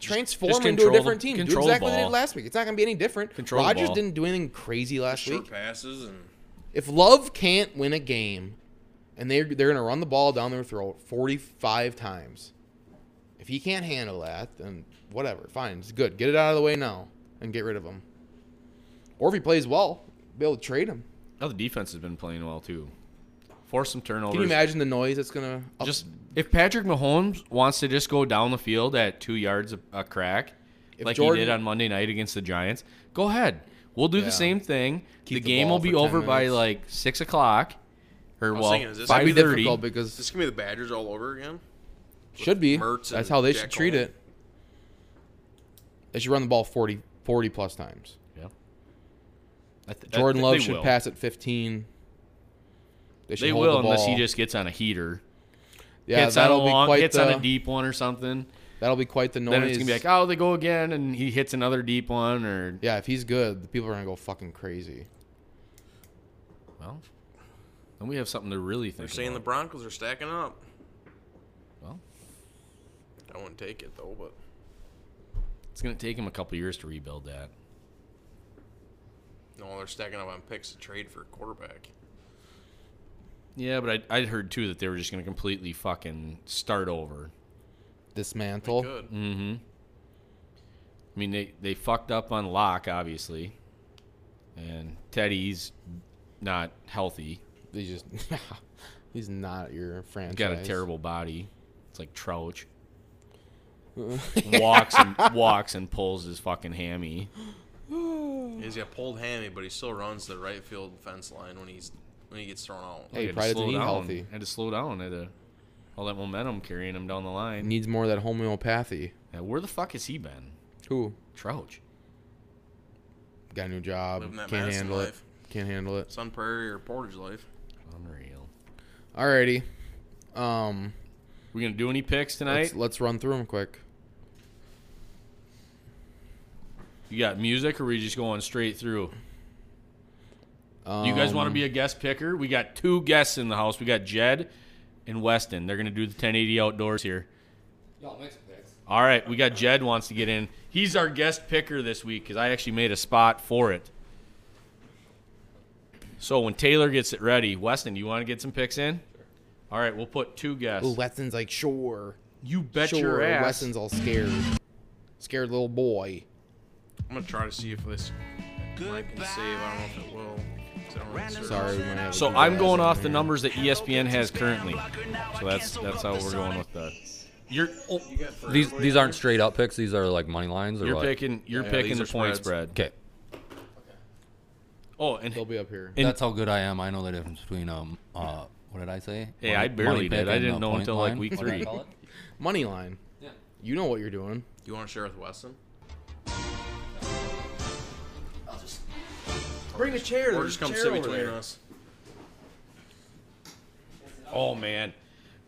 transform just into a control the- different team. Do control the exactly what they ball. did last week. It's not gonna be any different. Control the Rodgers ball. didn't do anything crazy last Short week. passes and If Love can't win a game, and they're they're gonna run the ball down their throat forty five times, if he can't handle that, then whatever. Fine, it's good. Get it out of the way now and get rid of him. Or if he plays well, be able to trade him. Now the defense has been playing well too. Force some turnovers. Can you imagine the noise that's gonna up- Just if Patrick Mahomes wants to just go down the field at two yards a, a crack, If like Jordan- he did on Monday night against the Giants, go ahead. We'll do Yeah. the same thing. Keep the the game ball will be for 10 over by minutes. like six o'clock, or was thinking, well is this- That'd five be thirty. difficult is because this gonna be the Badgers all over again? Should be. Mertz That's and how they Jack should treat Cohen. it. They should run the ball 40, 40 plus times. Yeah. I th- I Jordan think Love they should will. pass it 15. should They hold will the unless he ball. just gets on a heater, yeah, gets on a that'll be long, quite gets the, on a deep one or something. That'll be quite the noise. Then it's gonna be like, ah. oh, they go again, and he hits another deep one, or yeah, if he's good, the people are going to go fucking crazy. well, then we have something to really They're think. saying the about. Broncos are stacking up. well, I wouldn't take it though, but it's gonna take him a couple years to rebuild that. no, they're stacking up on picks to trade for a quarterback. Yeah, but I I heard too that they were just gonna completely fucking start over. Dismantle. Good. Mm-hmm. I mean, they they fucked up on Locke, obviously, and Teddy's not healthy. They just, he's not your franchise. Got a terrible body. It's like Trouch. walks and walks and pulls his fucking hammy. He's got pulled hammy, but he still runs the right field fence line when he's when he gets thrown out. Hey, Had to probably slow doesn't eat down. healthy. Had to slow down. Had to, all that momentum carrying him down the line. Needs more of that homeopathy. Now, where the fuck has he been? Who? Trouch. Got a new job. Living that Can't Madison handle life. it. Can't handle it. Sun Prairie or Portage life. Unreal. Alrighty. Um, We gonna do any picks tonight? let's, let's run through them quick. You got music, or are we just going straight through? Do you guys Um, want to be a guest picker? We got two guests in the house. We got Jed and Weston. They're going to do the 1080 outdoors here. Y'all make some picks. All right, we got Jed wants to get in. He's our guest picker this week because I actually made a spot for it. So when Taylor gets it ready, Weston, you want to get some picks in? All right, we'll put two guests. Ooh, Weston's like sure. you bet sure. your ass. Weston's all scared. Scared little boy. I'm gonna try to see if this mic can save. I don't know if it will. 'cause I don't know if it's- Sorry, we might have to So do I'm that. going off the numbers that E ESPN has currently. So that's that's how we're going with the. You're oh, These these aren't straight up picks. These are like money lines or you're what? picking you're Yeah, picking these the are point spreads. spread. Okay, Oh, and They'll be up here. And- that's how good I am. I know the difference between um uh what did I say? Hey, I barely did. I didn't know until, like, week three. Money line. Yeah. You know what you're doing. You want to share with Weston? bring a chair. Or just come sit between us. Oh man,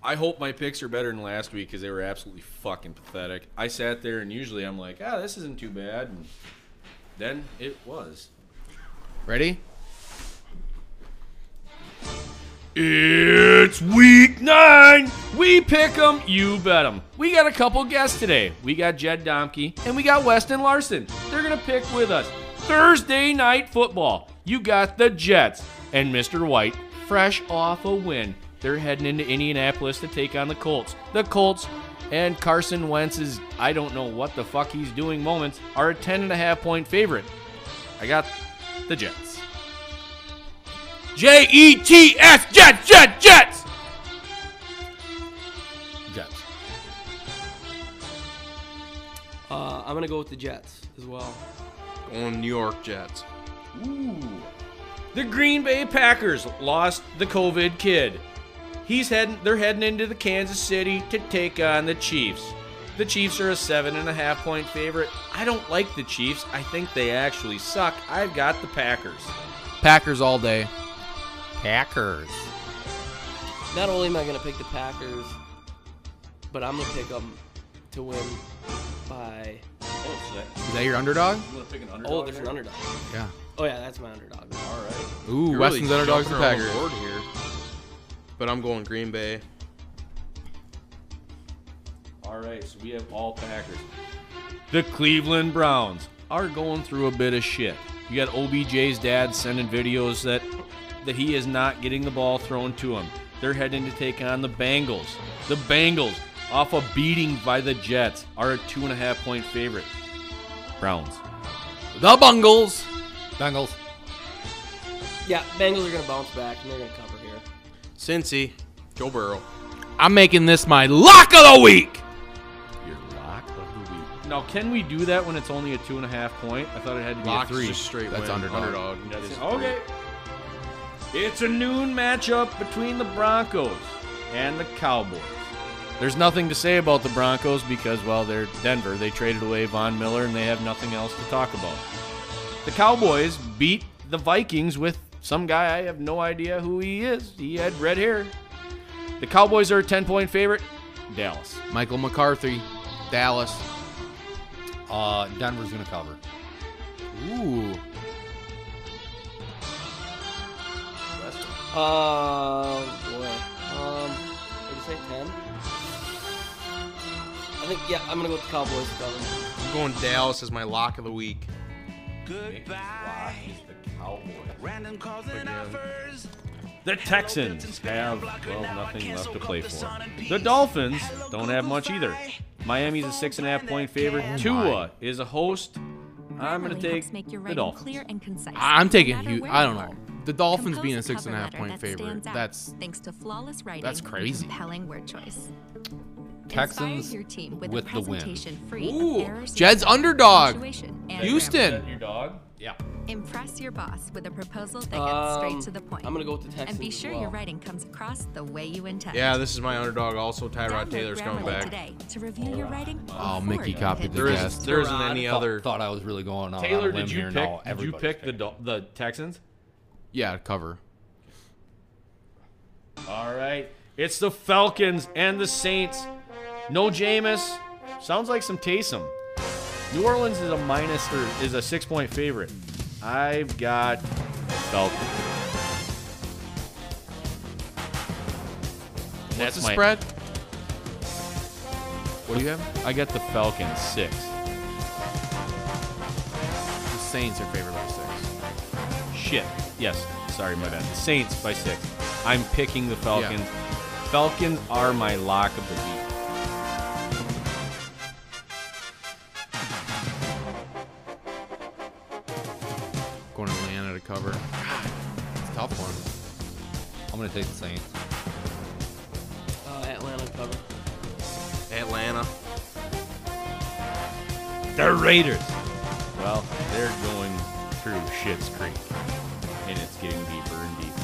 I hope my picks are better than last week because they were absolutely fucking pathetic. I sat there and usually I'm like, ah, this isn't too bad, and then it was. Ready? It's week nine. We pick 'em, you bet 'em. We got a couple guests today. We got Jed Domke and we got Weston Larson. They're gonna pick with us Thursday night football. You got the Jets and Mr. White, fresh off a win. They're heading into Indianapolis to take on the Colts. The Colts and Carson Wentz's I don't know what the fuck he's doing moments are a ten and a half point favorite. I got the Jets. J E T S Jets Jets Jets. Jets. Uh, I'm gonna go with the Jets as well. On New York Jets. Ooh. The Green Bay Packers lost the COVID kid. He's heading. They're heading into the Kansas City to take on the Chiefs. The Chiefs are a seven and a half point favorite. I don't like the Chiefs. I think they actually suck. I've got the Packers. Packers all day. Packers. Not only am I gonna pick the Packers, but I'm gonna pick them to win by. Is that your underdog? Oh, there's an underdog. Yeah. Oh yeah, that's my underdog. All right. Ooh, You're Weston's really underdog's the jumping Packers. on the board here. But I'm going Green Bay. All right, so we have all Packers. The Cleveland Browns are going through a bit of shit. You got OBJ's dad sending videos that that he is not getting the ball thrown to him. They're heading to take on the Bengals. The Bengals, off a beating by the Jets, are a two and a half point favorite. Browns. The Bungles. Bengals. Yeah, Bengals are gonna bounce back and they're gonna cover here. Cincy. Joe Burrow. I'm making this my lock of the week. Your lock of the week. Now, can we do that when it's only a two and a half point? I thought it had to be Lock a three. Just straight That's win. underdog. That is Okay. It's a noon matchup between the Broncos and the Cowboys. There's nothing to say about the Broncos because, well, they're Denver. They traded away Von Miller and they have nothing else to talk about. The Cowboys beat the Vikings with some guy I have no idea who he is. He had red hair. The Cowboys are a 10 point favorite. Dallas. Michael McCarthy, Dallas. Uh, Denver's gonna cover. Ooh. Uh, boy. Um, what did you say, 10? I think, yeah, I'm going to go with the Cowboys. Probably. I'm going Dallas as my lock of the week. The Texans have well nothing left to play for. The Dolphins don't have much either. Miami's a six and a half point favorite. Tua is a host. I'm gonna take the Dolphins. and concise. I'm taking. No matter Hu- where I you don't are. know. The Dolphins Compose being a six and a cover half letter point that favorite. stands out, That's thanks to flawless writing. that's and crazy. Compelling word choice. Texans Inspire your team with, with a the win. presentation free Ooh, of errors, Jed's underdog. punctuation, and Houston. Your dog. Yeah. grammar. Impress your boss with a proposal that gets Um, straight to the point. I'm going to go with the Texans. And be as sure well. your writing comes across the way you intend. Yeah, this is my underdog. Also, Tyrod Download Taylor's coming Grammarly back. Today to review your writing. Oh, before Mickey you copied hit the There send. Yes. isn't, there isn't any other. Thought I was really going on. on a Taylor, limb did you here. pick? Now Did you everybody's pick the picking. Dol- the Texans? Yeah, cover. All right. It's the Falcons and the Saints. No Jameis. Sounds like some Taysom. New Orleans is a minus or is a six point favorite. I've got Falcons. What's That's the my- spread? What do you have? I got the Falcons six. The Saints are favored by six. Shit. Yes. Sorry, my bad. Saints by six. I'm picking the Falcons. Falcons are my lock of the week. Going to Atlanta to cover. It's a tough one. I'm gonna take the Saints. Uh, Atlanta cover. Atlanta. They're Raiders. Well, they're going through Shit's Creek, and it's getting deeper and deeper.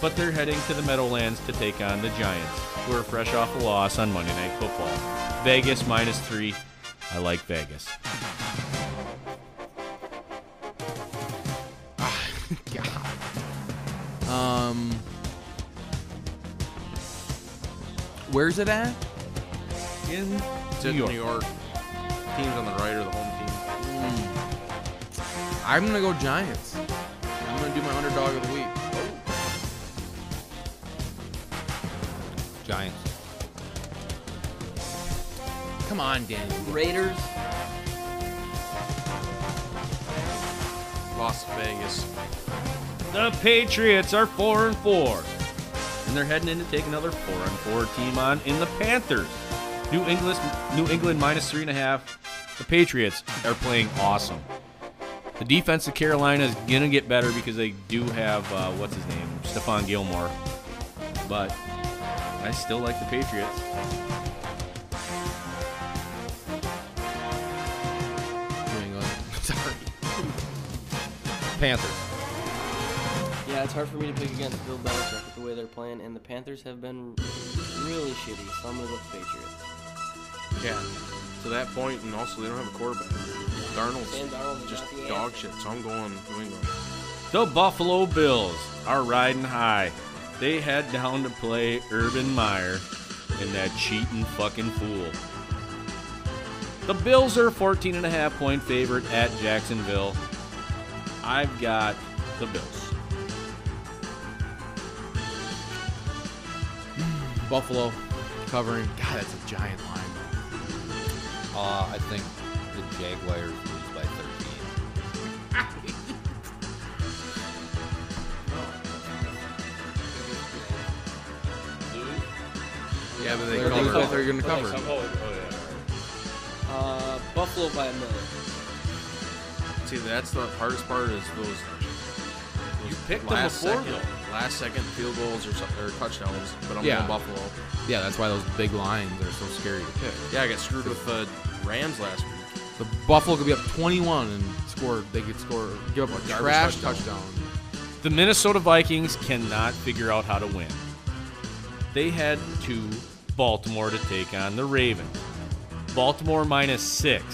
But they're heading to the Meadowlands to take on the Giants, who are fresh off a loss on Monday Night Football. Vegas minus three. I like Vegas. Um, where's it at? In It's in New York. Teams on the right are the home team. I'm gonna go Giants. I'm gonna do my underdog of the week. Giants. Come on, Dan. Raiders. Las Vegas. The Patriots are four and four, and they're heading in to take another four and four team on in the Panthers. New England, New England minus three and a half. The Patriots are playing awesome. The defense of Carolina is gonna get better because they do have uh, what's his name, Stephon Gilmore. But I still like the Patriots. New England. Sorry. Panthers. Yeah, it's hard for me to pick against Bill Belichick with the way they're playing, and the Panthers have been really shitty. So I'm gonna go with the Patriots. Yeah. To that point, and also they don't have a quarterback. Sam Darnold's Darnold's not just the dog answer. shit. So I'm going New England. The Buffalo Bills are riding high. They head down to play Urban Meyer and that cheating fucking fool. The Bills are a 14 and a half point favorite at Jacksonville. I've got the Bills. Buffalo covering. God, that's a giant line. Uh, I think the Jaguars lose by 13. Yeah, but they They're gonna covered. cover. They're gonna Okay, cover. so- Uh, Buffalo by a million. See, that's the hardest part is those. You picked them last before, second, last second field goals or, some- or touchdowns, but I'm Yeah. going Buffalo. Yeah, that's why those big lines are so scary to pick. Yeah, I got screwed with the Rams last week. The Buffalo could be up 21 and score. They could score, give up a Garbage trash touchdown. touchdown. The Minnesota Vikings cannot figure out how to win. They head to Baltimore to take on the Ravens. Baltimore minus six.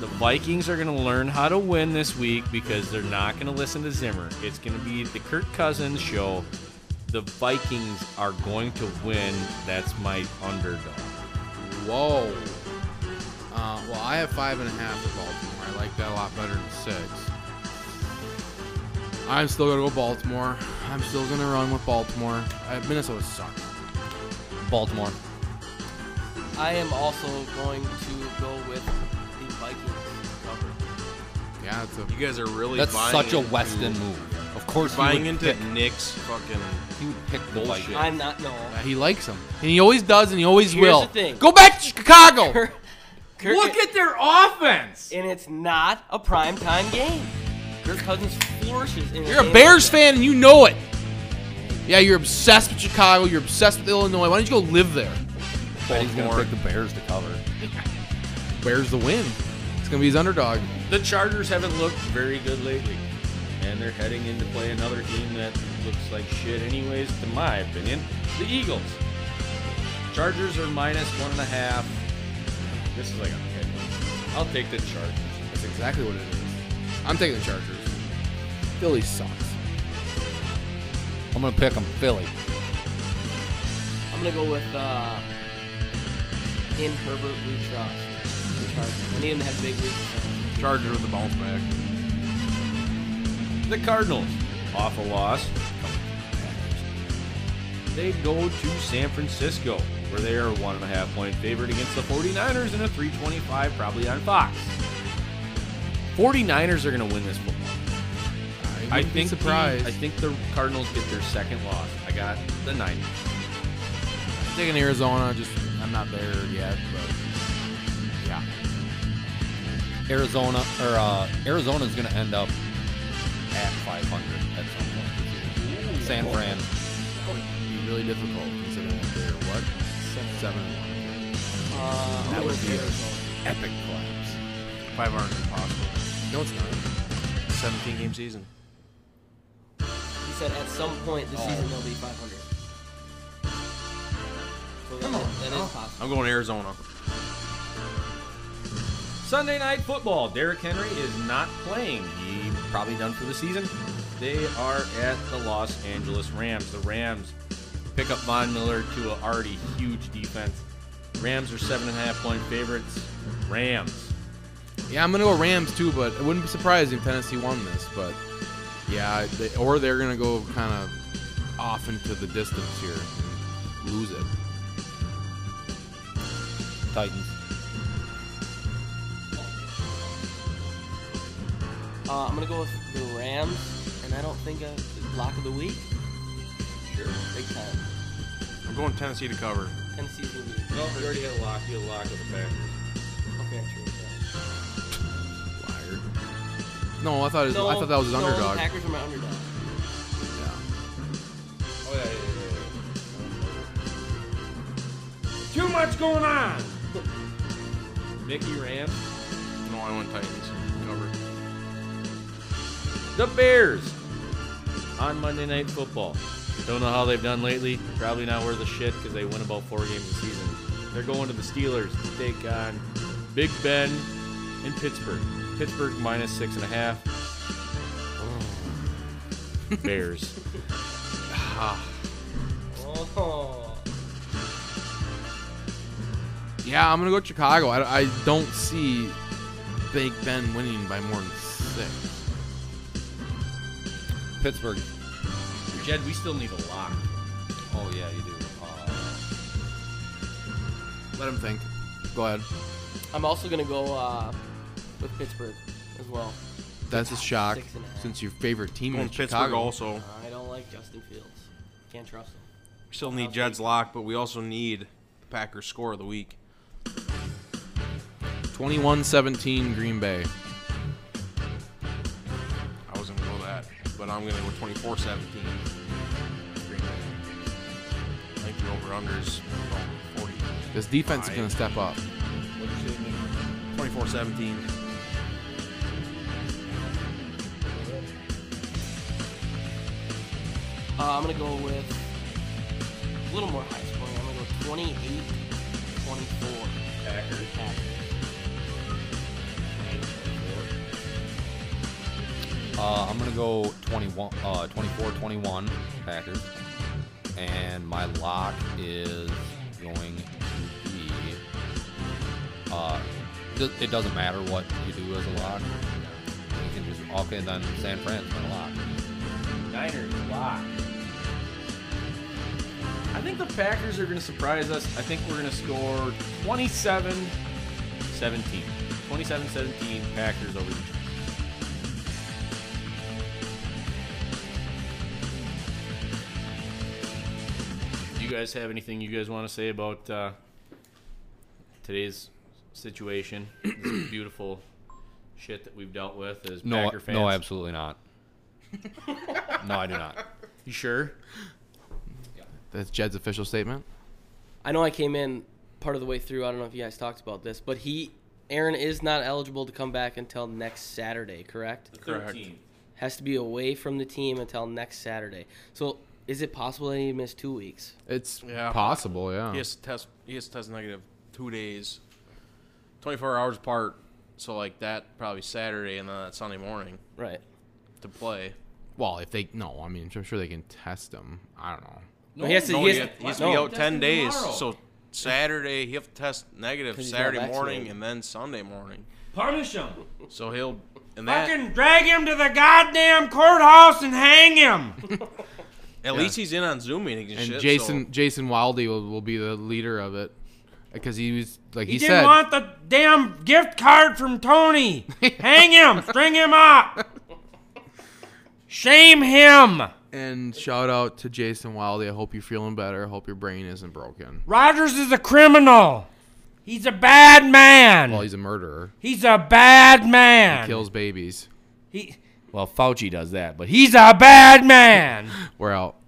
The Vikings are going to learn how to win this week because they're not going to listen to Zimmer. It's going to be the Kirk Cousins show. The Vikings are going to win. That's my underdog. Whoa. Uh, well, I have five and a half for Baltimore. I like that a lot better than six. I'm still gonna go Baltimore. I'm still gonna run with Baltimore. Uh, Minnesota sucks. Baltimore. I am also going to go with the Vikings cover. Yeah, it's a You guys are really That's buying such a into- Weston move. Of course, he Buying would into pick, Nick's fucking. he would pick the Bullshit. Vikings. I'm not no. Yeah, he likes him, and he always does, and he always Here's will. the thing. Go back to Chicago. Kirk- at their offense. and it's not a prime time game. Kirk Cousins flourishes. In You're a game Bears like fan, and you know it. Yeah, you're obsessed with Chicago. You're obsessed with Illinois. Why don't you go live there? But he's gonna pick the Bears to cover. Bears the win. It's gonna be his underdog. The Chargers haven't looked very good lately, and they're heading in to play another team that looks like shit, anyways, to my opinion. The Eagles. Chargers are minus one and a half. This is like a head one. I'll take the Chargers. That's exactly what it is. I'm taking the Chargers. Philly sucks. I'm gonna pick him. Philly. that. I'm gonna go with uh, in Herbert we trust. the Chargers. I need him to have big weeks. Charger with the bounce back. The Cardinals, off a loss, they go to San Francisco, where they are one and a half point favorite against the 49ers in a 325 probably on Fox. 49ers are going to win this football. wouldn't I be think the- surprised. I think the Cardinals get their second loss. I got the Niners. taking Arizona. Just I'm not there yet, but yeah. Arizona or uh, Arizona's going to end up at 500 at some point. this year. San Fran. It'd be really difficult considering that they're what seven. and one. Uh, that would be Epic collapse. Five hundred impossible. No, it's not. Seventeen game season. He said at some point this season they'll be 500. So Come on, that is possible. I'm going Arizona. Sunday night football. Derrick Henry is not playing. He probably done for the season. They are at the Los Angeles Rams. The Rams pick up Von Miller to an already huge defense. Rams are seven and a half point favorites. Rams. Yeah, I'm gonna go Rams too, but it wouldn't be surprised if Tennessee won this. But yeah, they, or they're gonna go kind of off into the distance here and lose it. Titans. Uh, I'm gonna go with the Rams, and I don't think a lock of the week. Sure, big time. I'm going Tennessee to cover. Tennessee's gonna be No, we already had a lock. You had a lock with the Packers. okay. True, yeah. Liar. No, I thought it was, I thought that was his no, underdog. The Packers are my underdog. Yeah. Oh, yeah, yeah, Too much going on. Mickey Rams. No, I went Titans. Cover. the Bears on Monday Night Football. Don't know how they've done lately. Probably not worth a shit because they win about four games a season. They're going to the Steelers to take on Big Ben in Pittsburgh. Pittsburgh minus six and a half. Bears. Oh, Yeah, I'm gonna go with Chicago. I, I don't see Big Ben winning by more than six. Pittsburgh. Jed, we still need a lock. Oh, yeah, you do. Uh, Let him think. Go ahead. I'm also gonna go uh, with Pittsburgh as well. That's a shock Six and a half. since your favorite team Going is Pittsburgh Chicago. also. I don't like Justin Fields. Can't trust him. We still need Jed's lock, but we also need the Packers score of the week. 21-17 Green Bay. I was gonna go that, but I'm gonna go 24-17. Green Bay. I think the over/unders 40. This defense is I- gonna step up. 24-17. Uh, I'm gonna go with a little more high scoring. I'm gonna go 28, 24. Packers. uh, I'm going to go 21, uh, 24 21 Packers. And my lock is going to be. Uh, do- it doesn't matter what you do as a lock. You can just, okay, then San Fran's my lock. Niners lock. I think the Packers are going to surprise us. I think we're going to score 27 17. 27 17 Packers over the Giants. Do you guys have anything you guys want to say about uh, today's situation? this beautiful shit that we've dealt with as No, Packer fans. no, absolutely not. no, I do not. You sure? That's Jed's official statement. I know I came in part of the way through. I don't know if you guys talked about this, but he, Aaron, is not eligible to come back until next Saturday. Correct? Correct. Has to be away from the team until next Saturday. So, is it possible that he missed two weeks? It's Yeah. possible, yeah. He has to test. He has to test negative two days, 24 hours apart. So like that probably Saturday and then that Sunday morning Right. to play. Well, if they no, I mean, I'm sure they can test him. I don't know. No, he has to. No, he he has has, to- he has to no. be out 10 days. So Saturday. He'll have to test negative 'Cause he's Saturday not morning vaccinated. and then Sunday morning. Punish him. So he'll and that Fucking drag him to the goddamn courthouse and hang him. at least he's in on Zoom meetings and, and shit. Jason so- Jason Wildy will, will be the leader of it because he was like he, He, said didn't want the damn gift card from Tony. Hang him, string him up. Shame him. and shout out to Jason Wildy I hope you're feeling better I hope your brain isn't broken Rogers is a criminal. He's a bad man. well he's a murderer he's a bad man. kills babies He, well, Fauci does that, but he's a bad man. we're out